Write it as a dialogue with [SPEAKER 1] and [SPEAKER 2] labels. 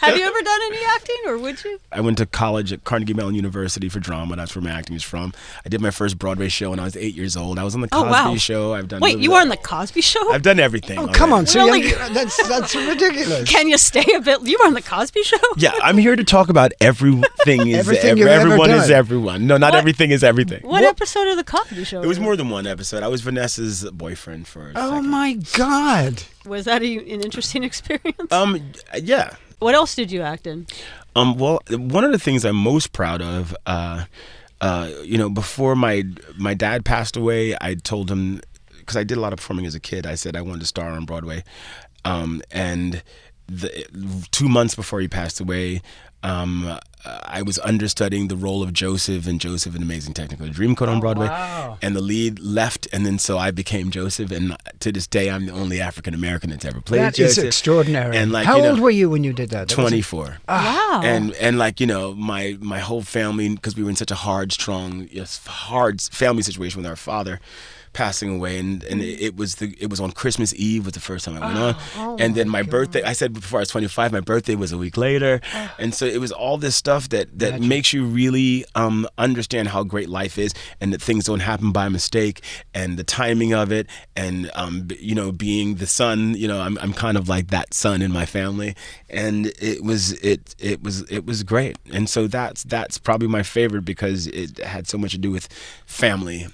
[SPEAKER 1] Have you ever done any acting, or would you?
[SPEAKER 2] I went to college at Carnegie Mellon University for drama. That's where my acting is from. I did my first Broadway show when I was eight years old. I was on the
[SPEAKER 1] Oh,
[SPEAKER 2] Cosby
[SPEAKER 1] wow.
[SPEAKER 2] Show. I've done.
[SPEAKER 1] Wait, you were on the Cosby Show?
[SPEAKER 2] I've done everything.
[SPEAKER 3] Oh, come on,
[SPEAKER 2] already.
[SPEAKER 3] see,
[SPEAKER 1] Really?
[SPEAKER 3] I'm- that's that's ridiculous.
[SPEAKER 1] Can you stay a bit? You were on the Cosby Show?
[SPEAKER 2] Yeah, I'm here to talk about everything is
[SPEAKER 3] Everything
[SPEAKER 2] ev-
[SPEAKER 3] you've ever
[SPEAKER 2] everyone is
[SPEAKER 3] done.
[SPEAKER 2] everyone. No, not
[SPEAKER 1] What?
[SPEAKER 2] everything is everything.
[SPEAKER 1] What, episode of the Cosby Show?
[SPEAKER 2] It was more than one episode. I was Vanessa's boyfriend for. A
[SPEAKER 3] Oh
[SPEAKER 2] second.
[SPEAKER 3] my God!
[SPEAKER 1] Was that a, an interesting experience?
[SPEAKER 2] Um. Yeah.
[SPEAKER 1] what else did you act in?
[SPEAKER 2] Um, well, one of the things I'm most proud of, uh, uh, you know, before my my dad passed away, I told him because I did a lot of performing as a kid. I said I wanted to star on Broadway, um, and the, two months before he passed away. Um, I was understudying the role of Joseph in Joseph and Amazing Technicolor Dreamcoat
[SPEAKER 3] Oh,
[SPEAKER 2] on Broadway, and the lead left, and then so I became Joseph, and to this day I'm the only African American that's ever played
[SPEAKER 3] That is
[SPEAKER 2] Joseph.
[SPEAKER 3] extraordinary.
[SPEAKER 2] And like
[SPEAKER 3] how
[SPEAKER 2] you know,
[SPEAKER 3] old were you when you did that? That was-
[SPEAKER 2] 24
[SPEAKER 1] wow.
[SPEAKER 2] and and like you know my my whole family because we were in such a hard strong yes, hard family situation with our father passing away and and it, it was the it was on christmas eve was the first time i went on and then my birthday i said before i was 25 my birthday was a week later and so it was all this stuff that that makes you really um understand how great life is and that things don't happen by mistake and the timing of it and um b- you know being the son you know i'm, I'm kind of like that son in my family and it was it it was it was great and so that's that's probably my favorite because it had so much to do with family